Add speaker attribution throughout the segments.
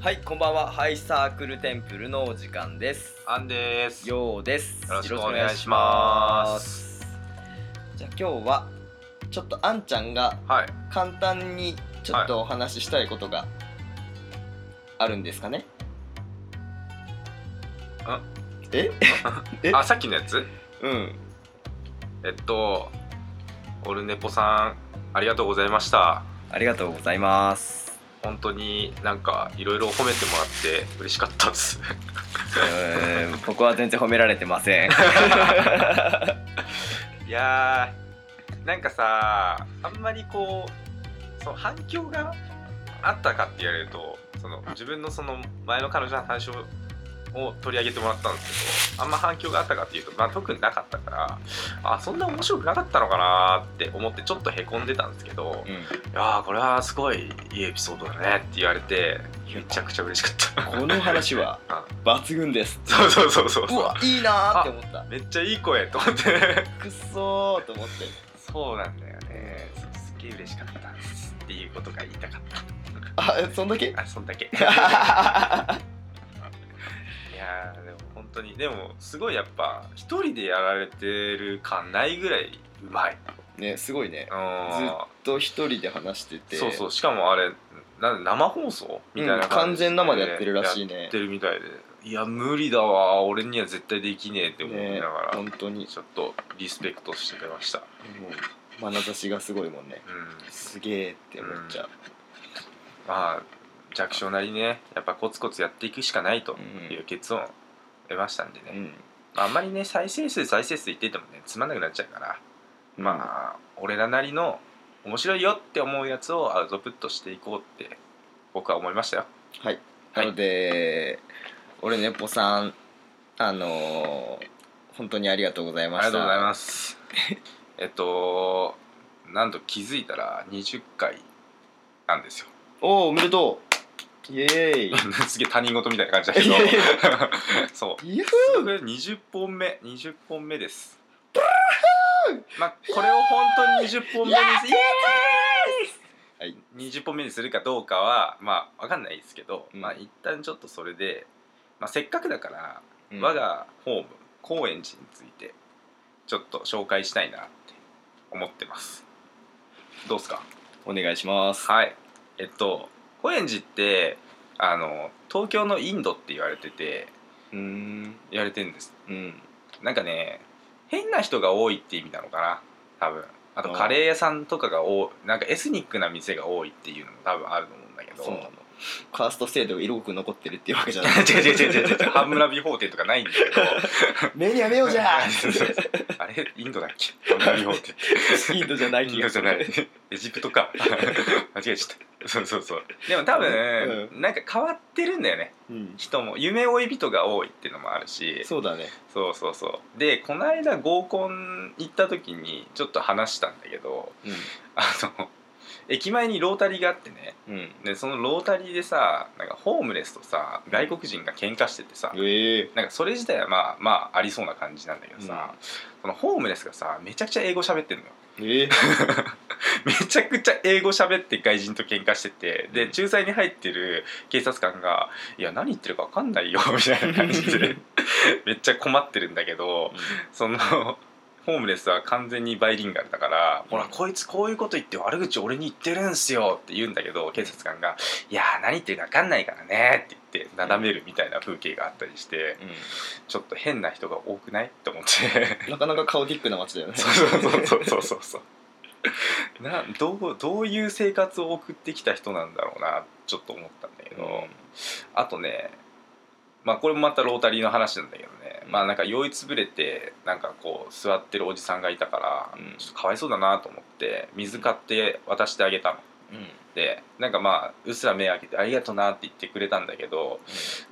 Speaker 1: はい、こんばんは。ハイサークルテンプルのお時間です。
Speaker 2: アンです。
Speaker 1: ようです。
Speaker 2: よろしくお願いします
Speaker 1: よろしくお願いします。じゃあ今日はちょっとあんちゃんが
Speaker 2: はい。
Speaker 1: 簡単にちょっとお話ししたいことがあるんですかね。
Speaker 2: あ
Speaker 1: え？え
Speaker 2: あ、さっきのやつ
Speaker 1: うん。
Speaker 2: えっと、オルネポさん、ありがとうございました。
Speaker 1: ありがとうございます。
Speaker 2: 本当になんかいろいろ褒めてもらって嬉しかったです。
Speaker 1: えー僕は全然褒められてま せん。
Speaker 2: いやー、なんかさ、あんまりこう、その反響があったかって言われると、その自分のその前の彼女の話を取り上げてもらったんですけど、あんま反響があったかっていうと、まあ特になかったから、あ、そんな面白くなかったのかなーって思ってちょっとへこんでたんですけど、
Speaker 1: うん
Speaker 2: いやーこれはすごいいいエピソードだねって言われてめちゃくちゃ嬉しかった
Speaker 1: この話は
Speaker 2: あ
Speaker 1: 抜群です。
Speaker 2: そうそうそうそう
Speaker 1: うわいいなーって思った。
Speaker 2: めっちゃいい声と思って
Speaker 1: くっそーと思って。
Speaker 2: そうなんだよねすっげえ嬉しかったですっていうことが言いたかっ
Speaker 1: あえそんだけ
Speaker 2: たあそんだけいやーでも本当にでもすごいやっぱ一人でやられてる感ないぐらいうまい
Speaker 1: ねすごいね
Speaker 2: うー
Speaker 1: ずっと一人で話してて
Speaker 2: んそうそうしかもあれなん生放送みたい
Speaker 1: 完
Speaker 2: な感じで、
Speaker 1: 全生でやってるらしい
Speaker 2: や
Speaker 1: ね
Speaker 2: ってるみたいでいや無理だわ俺には絶対できねえって思い
Speaker 1: ね
Speaker 2: ながら、
Speaker 1: 本当に
Speaker 2: ちょっとリスペクトしてくれました
Speaker 1: もう眼差しがすごいもんね
Speaker 2: うん
Speaker 1: すげえって思っちゃう、
Speaker 2: まあ弱小なりねやっぱコツコツやっていくしかないと
Speaker 1: うん
Speaker 2: いう結論を得ましたんでね、
Speaker 1: うん
Speaker 2: まあ、あんまりね再生数再生数言っててもねつまんなくなっちゃうから、
Speaker 1: あ
Speaker 2: まあ俺らなりの面白いよって思うやつをアウトプットしていこうって僕は思いましたよ
Speaker 1: はいなので、俺ねぽさんあのー、本当にありがとうございま
Speaker 2: あり
Speaker 1: し
Speaker 2: がとうござい
Speaker 1: た
Speaker 2: ます。えっと、なんと気づいたら20回なんですよ。
Speaker 1: おおおめでとうイエーイ
Speaker 2: すげえ他人事みたいな感じだけど
Speaker 1: いやいや。
Speaker 2: そう。
Speaker 1: イエー
Speaker 2: これ20本目、20本目です。まあ、これを本当に20本目にす
Speaker 1: はい
Speaker 2: 20本目にするかどうかは、まあ、わかんないですけど、
Speaker 1: うん
Speaker 2: まあ、一旦ちょっとそれで、まあ、せっかくだから、
Speaker 1: うん
Speaker 2: 我がホーム高円寺についてちょっと紹介したいなって思ってますどうですか
Speaker 1: お願いします
Speaker 2: はいえっと高円寺ってあの東京のインドって言われてて
Speaker 1: うーん
Speaker 2: 言われてるんです
Speaker 1: うん
Speaker 2: なんかね変な人が多いって意味なのかな多分あとカレー屋さんとかが多いなんかエスニックな店が多いっていうのも多分あると思うんだけど
Speaker 1: そうなのカースト制度が色濃く残ってるっていうわけじゃない
Speaker 2: 違う違う違う違う違うハンムラビ法廷とかないんだけど
Speaker 1: 目には目をじゃ
Speaker 2: そうそうそう あれインドだっけハンムラビ法廷
Speaker 1: インドじゃない
Speaker 2: イ
Speaker 1: 気
Speaker 2: ン
Speaker 1: が
Speaker 2: ド
Speaker 1: す
Speaker 2: じゃ
Speaker 1: る
Speaker 2: ないエジプト か間違えちゃったそうそうそうでも多分、なんか変わってるんだよね
Speaker 1: うん、
Speaker 2: 人も夢追い人が多いっていうのもあるし
Speaker 1: そうだね
Speaker 2: そうそうそうでこの間合コン行った時にちょっと話したんだけどあの駅前にロータリーがあってね
Speaker 1: うん、うん、
Speaker 2: でそのロータリーでさなんかホームレスとさ外国人が喧嘩しててさ
Speaker 1: ええ
Speaker 2: なんかそれ自体はまあまあありそうな感じなんだけどさ、そのホームレスがさめちゃくちゃ英語喋ってるのよ
Speaker 1: ええ
Speaker 2: めちゃくちゃ英語喋って外人と喧嘩しててで仲裁に入ってる警察官が「いや何言ってるか分かんないよ」みたいな感じでめっちゃ困ってるんだけどそのホームレスは完全にバイリンガルだから「ほらこいつこういうこと言って悪口俺に言ってるんすよ」って言うんだけど警察官が「いや何言ってるか分かんないからね」って言ってなだめるみたいな風景があったりしてちょっと変な人が多くないって思って。
Speaker 1: なかなかカオティックな街だよね
Speaker 2: そうそうそうそうそうそう などうどういう生活を送ってきた人なんだろうなちょっと思ったんだけど、あとねまあこれもまたロータリーの話なんだけどね、まあなんか酔いつぶれてなんかこう座ってるおじさんがいたから、
Speaker 1: うん
Speaker 2: ちょっとかわいそうだなと思って水買って渡してあげたの。
Speaker 1: うん、うん
Speaker 2: でなんかまあうっすら目開けて「ありがとうな」って言ってくれたんだけど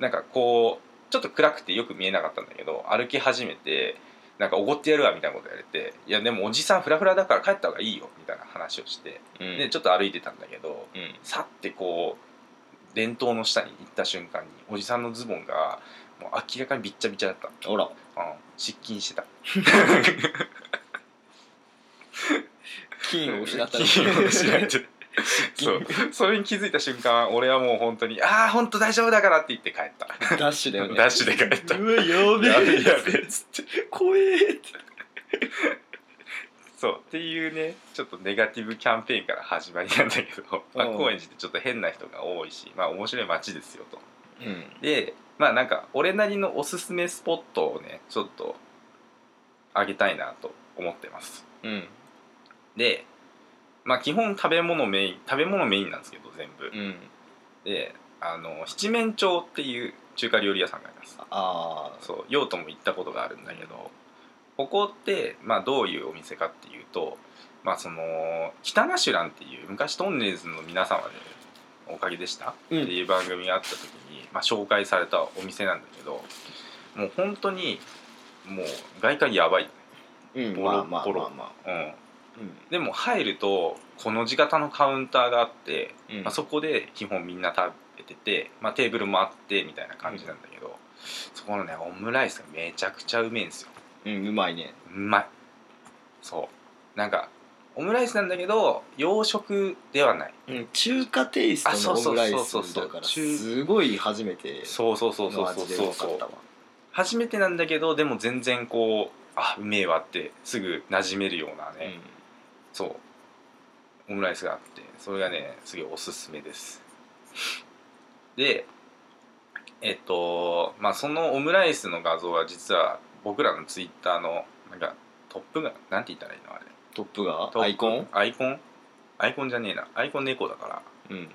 Speaker 2: なんかこうちょっと暗くてよく見えなかったんだけど歩き始めてなんかおごってやるわみたいなこと言われて「いやでもおじさんフラフラだから帰った方がいいよ」みたいな話をして
Speaker 1: うん
Speaker 2: でちょっと歩いてたんだけど
Speaker 1: うん
Speaker 2: さってこう電灯の下に行った瞬間におじさんのズボンがもう明らかにびっちゃびちゃだった、
Speaker 1: ほら
Speaker 2: うん、失禁してた
Speaker 1: 金を失った
Speaker 2: 金を失って そうそれに気づいた瞬間俺はもう本当に「ああ本当大丈夫だから」って言って帰った
Speaker 1: ダッシュだよね
Speaker 2: ダッシュで帰った
Speaker 1: うわやべえ
Speaker 2: やべえやべえ
Speaker 1: つって怖えって
Speaker 2: そうっていうねちょっとネガティブキャンペーンから始まりなんだけど、まあ、
Speaker 1: うん
Speaker 2: 高円寺ってちょっと変な人が多いしまあ面白い街ですよと
Speaker 1: うん
Speaker 2: でまあなんか俺なりのおすすめスポットをねちょっとあげたいなと思ってます
Speaker 1: うん
Speaker 2: でまあ基本食べ物メイン食べ物メインなんですけど全部
Speaker 1: うん
Speaker 2: であの七面鳥っていう中華料理屋さんがあります
Speaker 1: ああ
Speaker 2: そう用途も行ったことがあるんだけどここって、まあ、どういうお店かっていうと、まあ、その北ナシュランっていう昔トンネルズの皆様でおかげでしたって
Speaker 1: うん
Speaker 2: いう番組があった時に、まあ、紹介されたお店なんだけどもう本当にもう外観やばい、
Speaker 1: うん
Speaker 2: ボロ
Speaker 1: まあまあ
Speaker 2: ボ
Speaker 1: ま
Speaker 2: ロ
Speaker 1: あまあ
Speaker 2: うん、
Speaker 1: うん
Speaker 2: でも入るとこの字型のカウンターがあって、
Speaker 1: うん
Speaker 2: まあ、そこで基本みんな食べてて、まあ、テーブルもあってみたいな感じなんだけど、そこのねオムライスがめちゃくちゃうめえんですよ
Speaker 1: うんうまいね
Speaker 2: うまいそうなんかオムライスなんだけど洋食ではない
Speaker 1: うん中華テイス
Speaker 2: あ
Speaker 1: ト
Speaker 2: そう
Speaker 1: のオ
Speaker 2: そう
Speaker 1: ムライ
Speaker 2: そうそう
Speaker 1: ス
Speaker 2: そう
Speaker 1: だから
Speaker 2: 中
Speaker 1: すごい初めて
Speaker 2: そうそうそうそう
Speaker 1: の
Speaker 2: そ
Speaker 1: 味
Speaker 2: う
Speaker 1: で
Speaker 2: そ
Speaker 1: よ
Speaker 2: う
Speaker 1: かったわ
Speaker 2: 初めてなんだけどでも全然こうあうめえわってすぐ馴染めるようなね、そうオムライスがあってそれがねすげえおすすめですでえっとまあそのオムライスの画像は実は僕らのツイッターのなんかトップがなんて言ったらいいのあれ
Speaker 1: トップが
Speaker 2: トップ
Speaker 1: アイコン
Speaker 2: アイコンアイコンじゃねえなアイコン猫だから
Speaker 1: うん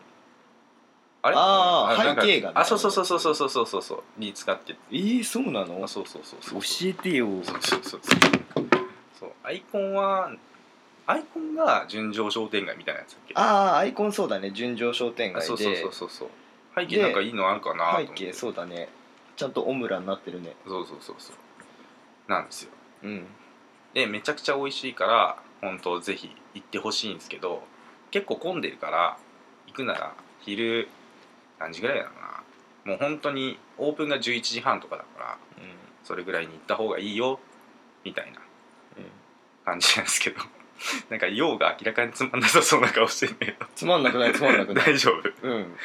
Speaker 2: あれ
Speaker 1: あー
Speaker 2: なんか
Speaker 1: 背景がね
Speaker 2: あそうそうそうそうそうそうそうそうに使って
Speaker 1: えーそうなの
Speaker 2: あそうそうそうそ
Speaker 1: 教
Speaker 2: う
Speaker 1: えてよ
Speaker 2: そうそうそうそうそうアイコンはアイコンが純情商店街みたいなやつだっけ
Speaker 1: ああアイコンそうだね純情商店
Speaker 2: あそ
Speaker 1: 街
Speaker 2: うそう
Speaker 1: で
Speaker 2: そうそうそう背景なんかいいのあるかなと思
Speaker 1: 背
Speaker 2: って
Speaker 1: 景そうだねちゃんとオムラになってるね
Speaker 2: そうそうそうそうなんですよ
Speaker 1: うん
Speaker 2: でめちゃくちゃ美味しいから本当ぜひ行ってほしいんですけど結構混んでるから行くなら昼何時ぐらいだろうなもう本当にオープンが11時半とかだからそれぐらいに行った方がいいよみたいな感じなんですけど なんか用が明らかにつまんなさそうな顔してんだけ
Speaker 1: つまんなくないつまんなく
Speaker 2: ど
Speaker 1: ない
Speaker 2: 大丈夫
Speaker 1: うん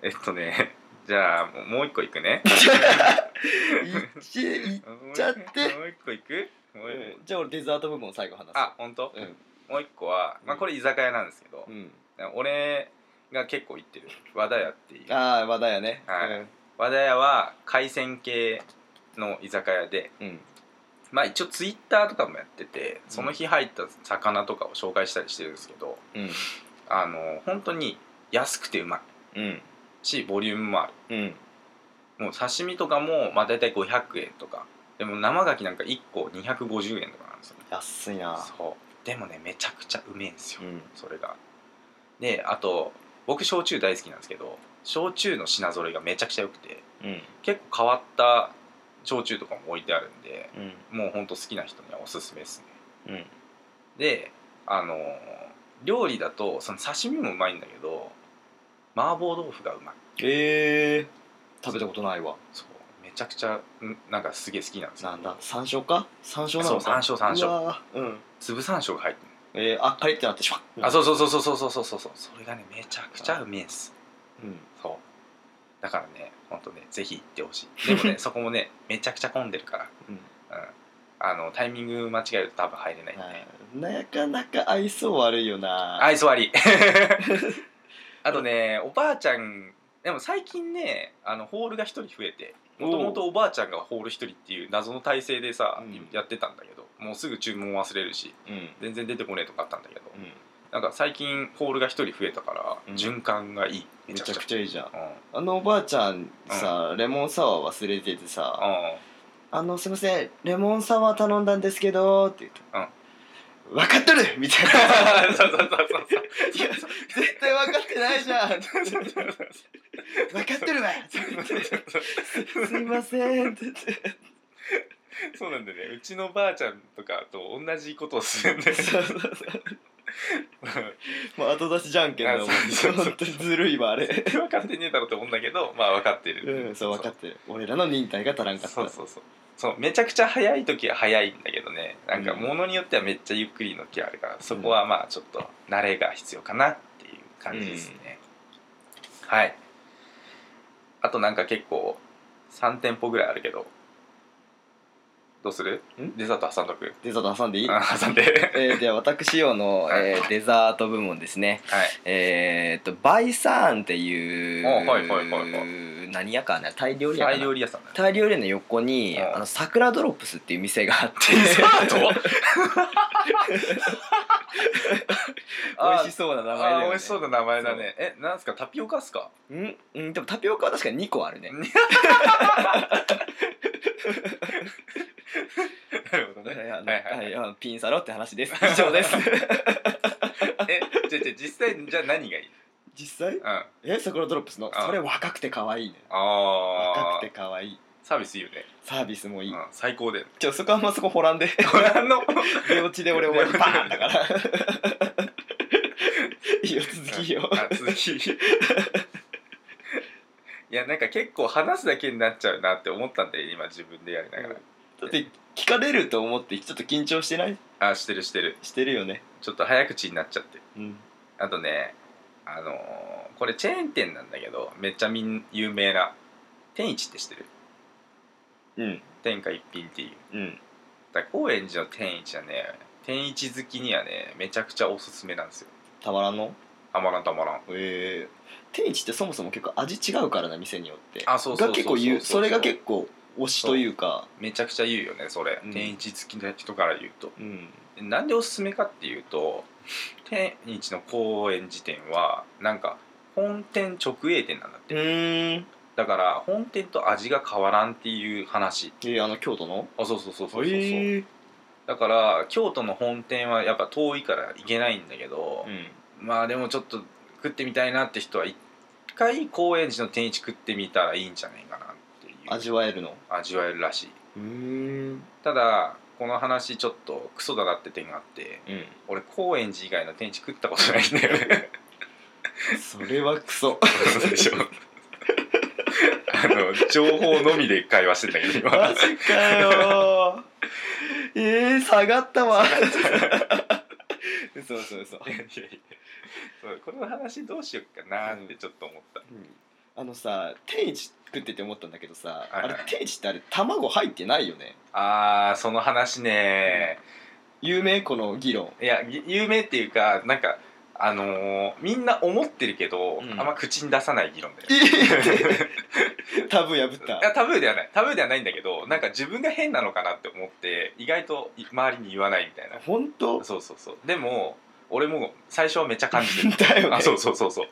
Speaker 2: えっとねじゃあもうもう一個行くね
Speaker 1: いっちい
Speaker 2: 行
Speaker 1: っちゃって
Speaker 2: もう一個行くもう一個
Speaker 1: じゃあ俺デザート部門最後話す
Speaker 2: あ本当、
Speaker 1: うん
Speaker 2: もう一個は、まあ、これ居酒屋なんですけど
Speaker 1: う、ん
Speaker 2: 俺が結構行ってる和田屋っていう
Speaker 1: ああ和田やね
Speaker 2: はい和田屋は海鮮系の居酒屋で
Speaker 1: うんうん
Speaker 2: まあ一応ツイッターとかもやっててその日入った魚とかを紹介したりしてるんですけど、
Speaker 1: うん
Speaker 2: あの本当に安くてうまい
Speaker 1: うん
Speaker 2: しボリュームもある
Speaker 1: うん
Speaker 2: もう刺身とかも、まあ、大体500円とかでも生牡蠣なんか1個250円とかなんですよね
Speaker 1: 安いな
Speaker 2: そうでもねめちゃくちゃうめえんですよ、
Speaker 1: うん
Speaker 2: それがであと僕焼酎大好きなんですけど焼酎の品揃えがめちゃくちゃ良くて
Speaker 1: うん
Speaker 2: 結構変わった焼酎とかも置いてあるんで
Speaker 1: うん
Speaker 2: もうほんと好きな人にはおすすめですね
Speaker 1: うん
Speaker 2: であのー料理だとその刺身もうまいんだけど麻婆豆腐がうまい
Speaker 1: ええ食べたことないわ
Speaker 2: そうめちゃくちゃんなんかすげえ好きなんですよ
Speaker 1: なんだ山椒か山椒な
Speaker 2: そう
Speaker 1: の
Speaker 2: 山
Speaker 1: か
Speaker 2: 椒山椒
Speaker 1: うわーうん
Speaker 2: 粒山椒が入ってる
Speaker 1: えーあパリってなってしまう
Speaker 2: あそうそうそうそうそうそうそうそうそれがねめちゃくちゃうめえんす
Speaker 1: うん
Speaker 2: そうだからねほんとねぜひ行ってほしいで もねそこもねめちゃくちゃ混んでるから、
Speaker 1: うん
Speaker 2: うん、あのタイミング間違えると多分入れないんで、
Speaker 1: なかなか愛想悪いよな
Speaker 2: 愛想悪 いあとねおばあちゃんでも最近ねあのホールが1人増えてもともとおばあちゃんがホール1人っていう謎の体制でさ、
Speaker 1: うん
Speaker 2: やってたんだけどもうすぐ注文忘れるし
Speaker 1: うん
Speaker 2: 全然出てこねえとかあったんだけど、
Speaker 1: うん
Speaker 2: なんか最近ホールが1人増えたから、
Speaker 1: うん
Speaker 2: 循環がいいめ
Speaker 1: め
Speaker 2: ちゃ
Speaker 1: ち
Speaker 2: く
Speaker 1: ゃ
Speaker 2: ちゃ
Speaker 1: くちゃいいじゃん
Speaker 2: うん
Speaker 1: あのおばあちゃんさレモンサワー忘れててさ
Speaker 2: うん
Speaker 1: あのすいませんレモンサワー頼んだんですけどって言って「分かっとる!」みたいな
Speaker 2: そうそうそうそうそう
Speaker 1: いや絶対分かってないじゃん分かっとるわすいませんって言って
Speaker 2: そうなんだよねうちのばあちゃんとかと同じことをするんだよね
Speaker 1: そう そうそうもう後出しじゃんけんだもん
Speaker 2: あそうそうそう
Speaker 1: 本当にずるいわあれ
Speaker 2: 分かってねえだろうと思うんだけどまあ分かってる、
Speaker 1: うんそう分かってる俺らの忍耐が足らんかった
Speaker 2: そうそうそうそうめちゃくちゃ早い時は早いんだけどねなんか
Speaker 1: うん
Speaker 2: ものによってはめっちゃゆっくりの時あるから、そこはまあちょっと慣れが必要かな感じですね、はいあとなんか結構3店舗ぐらいあるけどどうする
Speaker 1: ん
Speaker 2: デザート挟んどく
Speaker 1: デザート挟んでいい
Speaker 2: あ挟んで
Speaker 1: えー、では私用の、えーデザート部門ですね
Speaker 2: はい
Speaker 1: えー、っとバイサーンっていう、
Speaker 2: あはいはいはいは
Speaker 1: 何屋かなタイ料理屋か
Speaker 2: タ
Speaker 1: な
Speaker 2: イ料理屋さんだね
Speaker 1: タイ料理屋の横に
Speaker 2: うん
Speaker 1: あの桜ドロップスっていう店があ って
Speaker 2: デザート
Speaker 1: 美味しそうな名前だよ
Speaker 2: あ
Speaker 1: ね
Speaker 2: ー美味しそうな名前だねえなんですかタピオカっすか
Speaker 1: うんうんでもタピオカは確かに2個あるね
Speaker 2: なるほど
Speaker 1: は
Speaker 2: ね
Speaker 1: い
Speaker 2: はい
Speaker 1: あの
Speaker 2: は
Speaker 1: はいいあのピンサロって話です以上です
Speaker 2: えじゃあじゃあ実際じゃあ何がいい
Speaker 1: 実際
Speaker 2: うんあ
Speaker 1: え桜ドロップスの
Speaker 2: あ
Speaker 1: それ若くて可愛いね若
Speaker 2: あ
Speaker 1: くて可愛い
Speaker 2: サービスいいよね
Speaker 1: サービスもいい、
Speaker 2: うん最高で
Speaker 1: ちょそこはあんまそこホランで
Speaker 2: あの
Speaker 1: 出落ちで俺終わ りバーンだから いいよ続きよ
Speaker 2: あ続き いやなんか結構話すだけになっちゃうなって思ったんで今自分でやりながら、
Speaker 1: だって聞かれると思ってちょっと緊張してない
Speaker 2: あしてるしてる
Speaker 1: してるよね
Speaker 2: ちょっと早口になっちゃって
Speaker 1: うん
Speaker 2: あとねあのーこれチェーン店なんだけどめっちゃみん有名な天一って知ってる
Speaker 1: うん
Speaker 2: 天下一品っていう
Speaker 1: うん
Speaker 2: だから高円寺の天一はね天一好きにはねめちゃくちゃおすすめなんですよ
Speaker 1: たまらんの
Speaker 2: たまらんたまらん
Speaker 1: ええ天一ってそもそも結構味違うからな店によって
Speaker 2: あそうそう
Speaker 1: が
Speaker 2: そうそう
Speaker 1: 結構言うそれが結構推しというか
Speaker 2: めちゃくちゃ言うよねそれ、
Speaker 1: うん
Speaker 2: 天一好きな人から言うと
Speaker 1: うん
Speaker 2: なんでおすすめかっていうと天一の高円寺店はなんか本店直営店なんだって
Speaker 1: うん
Speaker 2: だから本店と味が変わらんっていう話
Speaker 1: えー、あの京都の
Speaker 2: あそうそうそうそうそうそう、
Speaker 1: え
Speaker 2: だから京都の本店はやっぱ遠いから行けないんだけど、
Speaker 1: うん
Speaker 2: まあでもちょっと食ってみたいなって人は一回高円寺の天一食ってみたらいいんじゃないかなっていう
Speaker 1: 味わえるの
Speaker 2: 味わえるらしい
Speaker 1: うん
Speaker 2: ただこの話ちょっとクソだなって点があって
Speaker 1: うん
Speaker 2: 俺高円寺以外の天一食ったことないんだよね
Speaker 1: それはクソ
Speaker 2: そうでしょあの情報のみで会話してんだけど今
Speaker 1: マジかよーえー、下がったわ嘘嘘嘘
Speaker 2: いやいやいやそうこの話どうしようかなってちょっと思った、
Speaker 1: あのさ天一食ってて思ったんだけどさ、
Speaker 2: はいはい
Speaker 1: あれ天一ってあれ卵入ってないよね
Speaker 2: あーその話ね
Speaker 1: 有名この議論
Speaker 2: いやぎ有名っていうかなんかあのーみんな思ってるけど、
Speaker 1: うん
Speaker 2: あんま口に出さない議論だよね
Speaker 1: タブー破っ
Speaker 2: いや
Speaker 1: た
Speaker 2: タブーではないタブーではないんだけどなんか自分が変なのかなって思って意外とい周りに言わないみたいな
Speaker 1: 本当
Speaker 2: そうそうそうでも俺も最初はめっちゃ感じてる
Speaker 1: だよね
Speaker 2: あそうそ うそうそう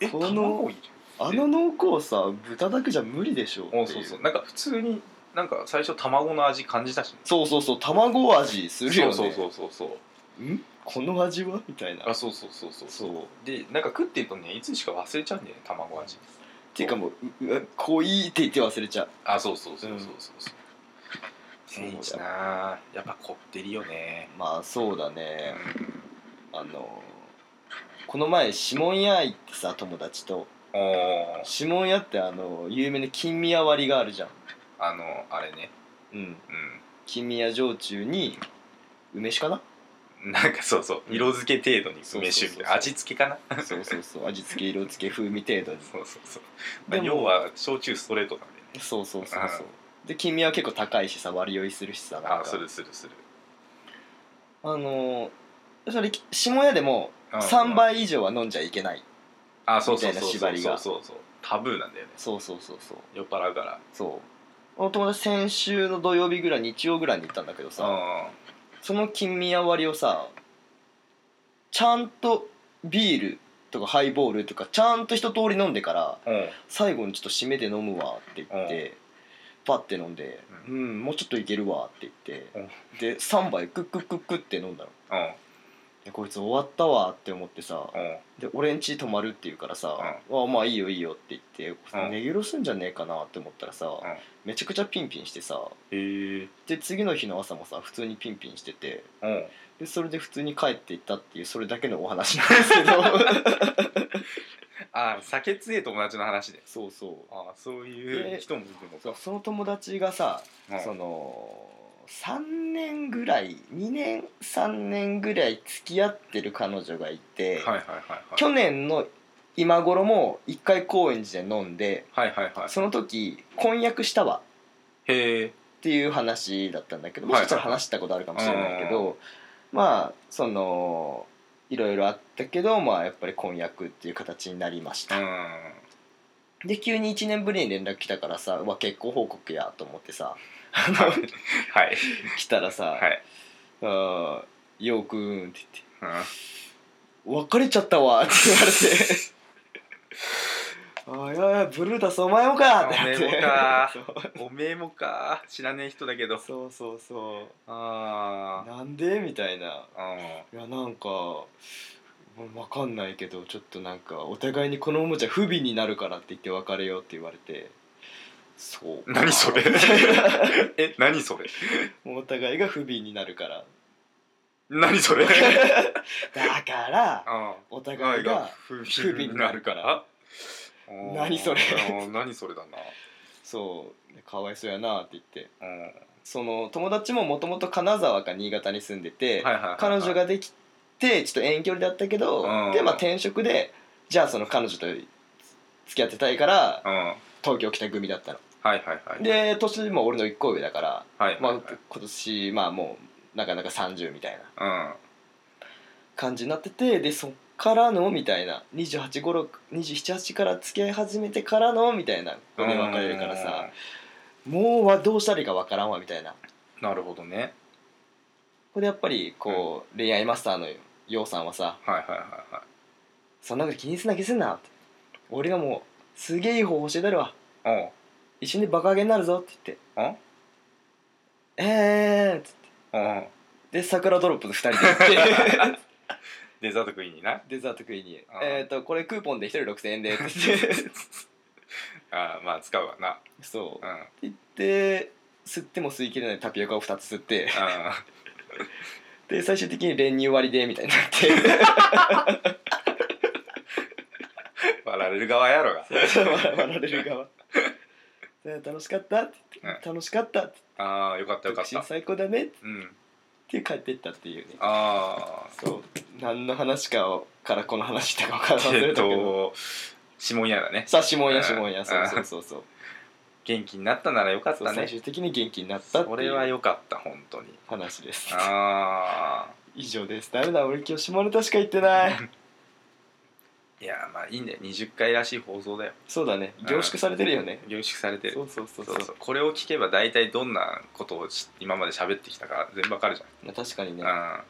Speaker 2: え
Speaker 1: この
Speaker 2: 卵いる
Speaker 1: あの濃厚さ豚だけじゃ無理でしょってい
Speaker 2: おそうそうなんか普通になんか最初卵の味感じたしね
Speaker 1: そうそうそう卵味するよね
Speaker 2: そうそうそうそうそう
Speaker 1: うんこの味はみたいな
Speaker 2: あそうそうそうそう
Speaker 1: そうっ
Speaker 2: でなんか食ってるとねいつしか忘れちゃうんだよね卵味
Speaker 1: ていうかもううう濃いって言って忘れちゃう
Speaker 2: あそうそうそうそうそうそう
Speaker 1: そう
Speaker 2: 天一なあやっぱこってりよね
Speaker 1: まあそうだ
Speaker 2: う
Speaker 1: ね、
Speaker 2: ん
Speaker 1: あのこの前指紋屋行ってさ友達と
Speaker 2: おー
Speaker 1: 指紋屋ってあの有名な金宮割りがあるじゃん、
Speaker 2: あのあれね
Speaker 1: うん、
Speaker 2: う
Speaker 1: 金宮焼酎に梅酒かな
Speaker 2: んなんかそうそう色付け程度に梅酒
Speaker 1: そうそ
Speaker 2: みたいな
Speaker 1: うそうそう
Speaker 2: 味付けかな
Speaker 1: そうそうそう味付け色付け風味程度に
Speaker 2: そうそうそう、まあ、
Speaker 1: でも
Speaker 2: 要は焼酎ストレートなんでね
Speaker 1: そうそうそうそうで金宮は結構高いしさ割り酔いするしさなん
Speaker 2: あ
Speaker 1: か
Speaker 2: するするする
Speaker 1: あのそれ下屋でも
Speaker 2: うん
Speaker 1: 3倍以上は飲んじゃいけない
Speaker 2: あそうそう
Speaker 1: みたい
Speaker 2: そ
Speaker 1: な
Speaker 2: うそ
Speaker 1: 縛
Speaker 2: う
Speaker 1: り
Speaker 2: そう
Speaker 1: が
Speaker 2: そうそうタブーなんだよね
Speaker 1: そうそうそうそう
Speaker 2: 酔っ払うから
Speaker 1: そうこの友達先週の土曜日ぐらい日曜ぐらいに行ったんだけどさ、
Speaker 2: う
Speaker 1: その金宮割りをさちゃんとビールとかハイボールとかちゃんと一通り飲んでから
Speaker 2: んうん
Speaker 1: 最後にちょっと締めて飲むわって言って、パッて飲んで「
Speaker 2: う
Speaker 1: うん、もうちょっといけるわ」って言って、
Speaker 2: うん
Speaker 1: で3杯クックックックって飲んだの。
Speaker 2: うん
Speaker 1: でこいつ終わったわって思ってさ
Speaker 2: うん
Speaker 1: で俺ん家泊まるって言うからさ「あまあいいよいいよ」って言って
Speaker 2: うん
Speaker 1: 寝許すんじゃねえかなって思ったらさ、
Speaker 2: ん
Speaker 1: めちゃくちゃピンピンしてさ
Speaker 2: へえ
Speaker 1: で次の日の朝もさ普通にピンピンしてて
Speaker 2: うん
Speaker 1: でそれで普通に帰っていったっていうそれだけのお話なんですけ ど
Speaker 2: あ酒強い友達の話で
Speaker 1: そうそう
Speaker 2: あそういう人もいるの
Speaker 1: そう
Speaker 2: か
Speaker 1: その友達がさ、
Speaker 2: うん
Speaker 1: その3年ぐらい2年3年ぐらい付き合ってる彼女がいて、
Speaker 2: はいはいはい
Speaker 1: 去年の今頃も一回高円寺で飲んで
Speaker 2: はいはいはいはい
Speaker 1: その時婚約したわ
Speaker 2: へえ
Speaker 1: っていう話だったんだけどもしかしたら
Speaker 2: はいはいはい
Speaker 1: 話したことあるかもしれないけ
Speaker 2: うん
Speaker 1: どまあそのいろいろあったけどまあやっぱり婚約っていう形になりまし
Speaker 2: う
Speaker 1: た、
Speaker 2: ん
Speaker 1: で急に1年ぶりに連絡来たからさうわ結婚報告やと思ってさあの
Speaker 2: はい
Speaker 1: 来たらさ
Speaker 2: はい
Speaker 1: 「あーようくん」って言って
Speaker 2: うん
Speaker 1: 「別れちゃったわ」って言われて 「あーいやいやブルータスお前もか」ってなって
Speaker 2: お前もかおめえもか知らねえ人だけ ど
Speaker 1: そうそうそう
Speaker 2: あー
Speaker 1: なんでみたいな
Speaker 2: あ
Speaker 1: いやなんか分かんないけどちょっとなんかお互いにこのおもちゃ不備になるからって言って別れようって言われてそうか
Speaker 2: 何それ
Speaker 1: みたいな
Speaker 2: え何それ
Speaker 1: お互いが不備になるから
Speaker 2: 何 それ
Speaker 1: だから
Speaker 2: あー
Speaker 1: お互いが不
Speaker 2: 不
Speaker 1: 憫になるから
Speaker 2: あー
Speaker 1: 何それ
Speaker 2: あー何それだな
Speaker 1: そうかわいそうやなって言って
Speaker 2: うん
Speaker 1: その友達ももともと金沢か新潟に住んでて、
Speaker 2: はいはいはいはい
Speaker 1: 彼女ができてちょっと遠距離だったけど、
Speaker 2: うん
Speaker 1: でまあ転職でじゃあその彼女と付き合ってたいから
Speaker 2: うんはい
Speaker 1: 東京来た組だったの。
Speaker 2: はいはい
Speaker 1: で年も俺の1個上だから、
Speaker 2: はい
Speaker 1: ま
Speaker 2: は
Speaker 1: あ
Speaker 2: い、
Speaker 1: 今年まあもうなかなか30みたいな
Speaker 2: はい
Speaker 1: 感じになっててでそっからのみたいな28五六278から付き合い始めてからのみたいな
Speaker 2: う
Speaker 1: 5
Speaker 2: ん
Speaker 1: 年別れるからさもうはどうしたらいいかわからんわみたいなこ
Speaker 2: なるほどね
Speaker 1: こでやっぱりこう、恋愛マスターのようさんはさ
Speaker 2: はいはいはいはい
Speaker 1: 「そんなこと気にすんな気にすんな」って「俺がもうすげえいい方法教えたるわ
Speaker 2: おう
Speaker 1: 一緒にバカげになるぞ」って言って「ええー」っつって
Speaker 2: おう
Speaker 1: で桜ドロップの2人で行って。
Speaker 2: デザート食いにな
Speaker 1: デザート食いに
Speaker 2: あ
Speaker 1: 「
Speaker 2: ー
Speaker 1: えっ、とこれクーポンで1人6000円で」って言って
Speaker 2: あーまあ使うわな
Speaker 1: そう
Speaker 2: う
Speaker 1: っ
Speaker 2: ん
Speaker 1: て言って吸っても吸い切れないタピオカを2つ吸って
Speaker 2: あ
Speaker 1: で最終的に練乳割りでみたいになって
Speaker 2: ー割られる側 やろが
Speaker 1: 笑られる側で楽しかったって言って楽しかったって
Speaker 2: ああよかった
Speaker 1: 言
Speaker 2: よ
Speaker 1: って独
Speaker 2: かっ
Speaker 1: 身
Speaker 2: た
Speaker 1: 最高だねっ
Speaker 2: うん
Speaker 1: て帰ってったっていうね
Speaker 2: あ
Speaker 1: そう何の話かをからこの話したか分か
Speaker 2: あ
Speaker 1: ら忘
Speaker 2: え
Speaker 1: れ
Speaker 2: った
Speaker 1: けど
Speaker 2: と指紋やだね
Speaker 1: さあ指紋や指紋や
Speaker 2: あ
Speaker 1: そうそうそうそう
Speaker 2: 元気になったならよかっ
Speaker 1: そう
Speaker 2: た
Speaker 1: 最
Speaker 2: ね
Speaker 1: 終的に元気になったって
Speaker 2: それはいよ
Speaker 1: う
Speaker 2: かった本当に
Speaker 1: 話です
Speaker 2: ああ
Speaker 1: 以上ですダメだ俺今日下ネタしか言ってない
Speaker 2: いやまあいいんだよ20回らしい放送だよ
Speaker 1: そうだね
Speaker 2: うん
Speaker 1: 凝縮されてるよね、
Speaker 2: 凝縮されてる
Speaker 1: そうそうそうそう
Speaker 2: そうそうこれを聞けば大体どんなことをし今まで喋ってきたか全部わかるじ
Speaker 1: まあ確かにね、
Speaker 2: ゃん、あ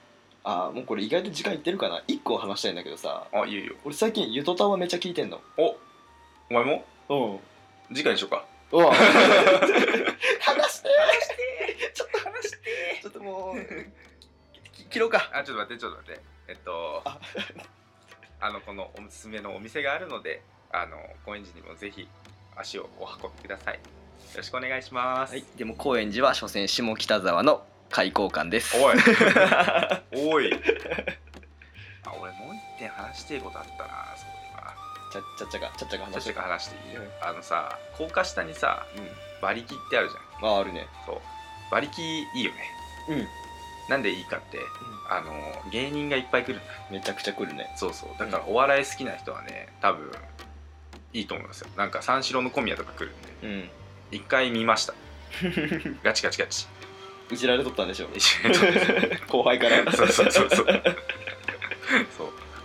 Speaker 1: あーもうこれ意外と時間いってるかな1個話したいんだけどさ
Speaker 2: あいいよ
Speaker 1: 俺最近ゆとたわめっちゃ聞いてんの
Speaker 2: おお前も
Speaker 1: うんう
Speaker 2: 次回にしようか
Speaker 1: わ話してちょっと話してちょっともうき切ろうか
Speaker 2: あちょっと待ってちょっと待ってえっと
Speaker 1: あ
Speaker 2: あのこのおすすめのお店があるのであの高円寺にもぜひ足をお運びくださいよろしくお願いします、
Speaker 1: はいでも高円寺は所詮下北沢の開口館です
Speaker 2: おい おいあ俺もう一点話していことあったなそういえば
Speaker 1: ちゃちゃっちゃがちゃっちゃが
Speaker 2: ちょ
Speaker 1: 話
Speaker 2: っ
Speaker 1: して
Speaker 2: と
Speaker 1: る
Speaker 2: 話していい、
Speaker 1: うん
Speaker 2: あのさ高架下にさ
Speaker 1: うん
Speaker 2: 馬力ってあるじゃん
Speaker 1: まああるね
Speaker 2: そう馬力いいよね
Speaker 1: うん
Speaker 2: なんでいいかってあの芸人がいっぱい来るんだ
Speaker 1: めちゃくちゃ来るね
Speaker 2: そうそうだからお笑い好きな人はね多分いいと思いますよなんか三四郎の小宮とか来るんで
Speaker 1: うん
Speaker 2: 一回見ましたガチガチガチ
Speaker 1: いじられとったんでしょ
Speaker 2: 一緒に撮って
Speaker 1: 後輩から
Speaker 2: そうそうそうそうそう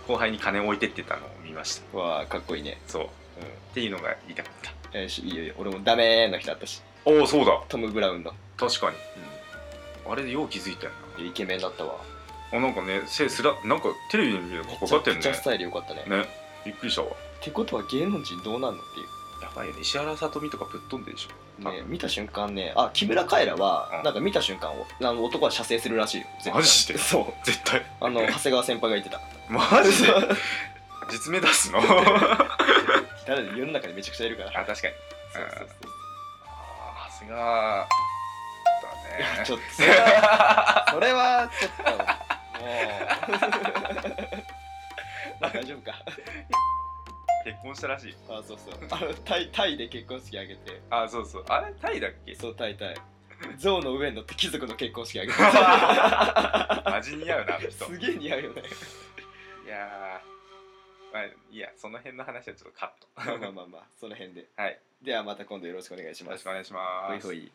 Speaker 2: 後輩に金置いてってたのを見まし た
Speaker 1: わあかっこいいね
Speaker 2: そう、うんっていうのが言いたかった
Speaker 1: えーしいいよいいよ俺もダメーの人あったし
Speaker 2: おおそうだ
Speaker 1: トム・ブラウンの、
Speaker 2: 確かにあれでよう気づいたよな
Speaker 1: イケメンだったわ
Speaker 2: あなんかね背すらなんかテレビで見るのかかって
Speaker 1: め
Speaker 2: るね
Speaker 1: ちゃくちゃスタイル良かったね
Speaker 2: ねびっくりしたわ
Speaker 1: ってことは芸能人どうなんのっていう
Speaker 2: やばいよね石原さとみとかぶっ飛んでるでしょ、
Speaker 1: ね、見た瞬間ねあ木村カエラは
Speaker 2: うん
Speaker 1: なんか見た瞬間をあの男は射精するらしいよ絶対
Speaker 2: マジで
Speaker 1: そう
Speaker 2: 絶対
Speaker 1: あの長谷川先輩が言ってた
Speaker 2: マジで実名出す のあ
Speaker 1: 誰で世の中にめちゃくちゃいるから
Speaker 2: 確かに
Speaker 1: そうそうそう
Speaker 2: あさすが
Speaker 1: い
Speaker 2: だ
Speaker 1: や
Speaker 2: ね
Speaker 1: ちょっとそれはそれはちょっともう 大丈夫か
Speaker 2: 結婚したらしい
Speaker 1: あそうそうあのタイタイで結婚式あげて
Speaker 2: あそうそうあれタイだっけ
Speaker 1: そうタイタイ象の上に乗って貴族の結婚式あげた
Speaker 2: 味に合うなあの人
Speaker 1: すげえ似合うよね
Speaker 2: いやーまあいいやその辺の話はちょっとカッ
Speaker 1: ま
Speaker 2: ト
Speaker 1: あまあまあまあその辺で
Speaker 2: はい
Speaker 1: ではまた今度よろしくお願いし
Speaker 2: よろ
Speaker 1: ま
Speaker 2: し
Speaker 1: す
Speaker 2: くお願いします
Speaker 1: ほいほい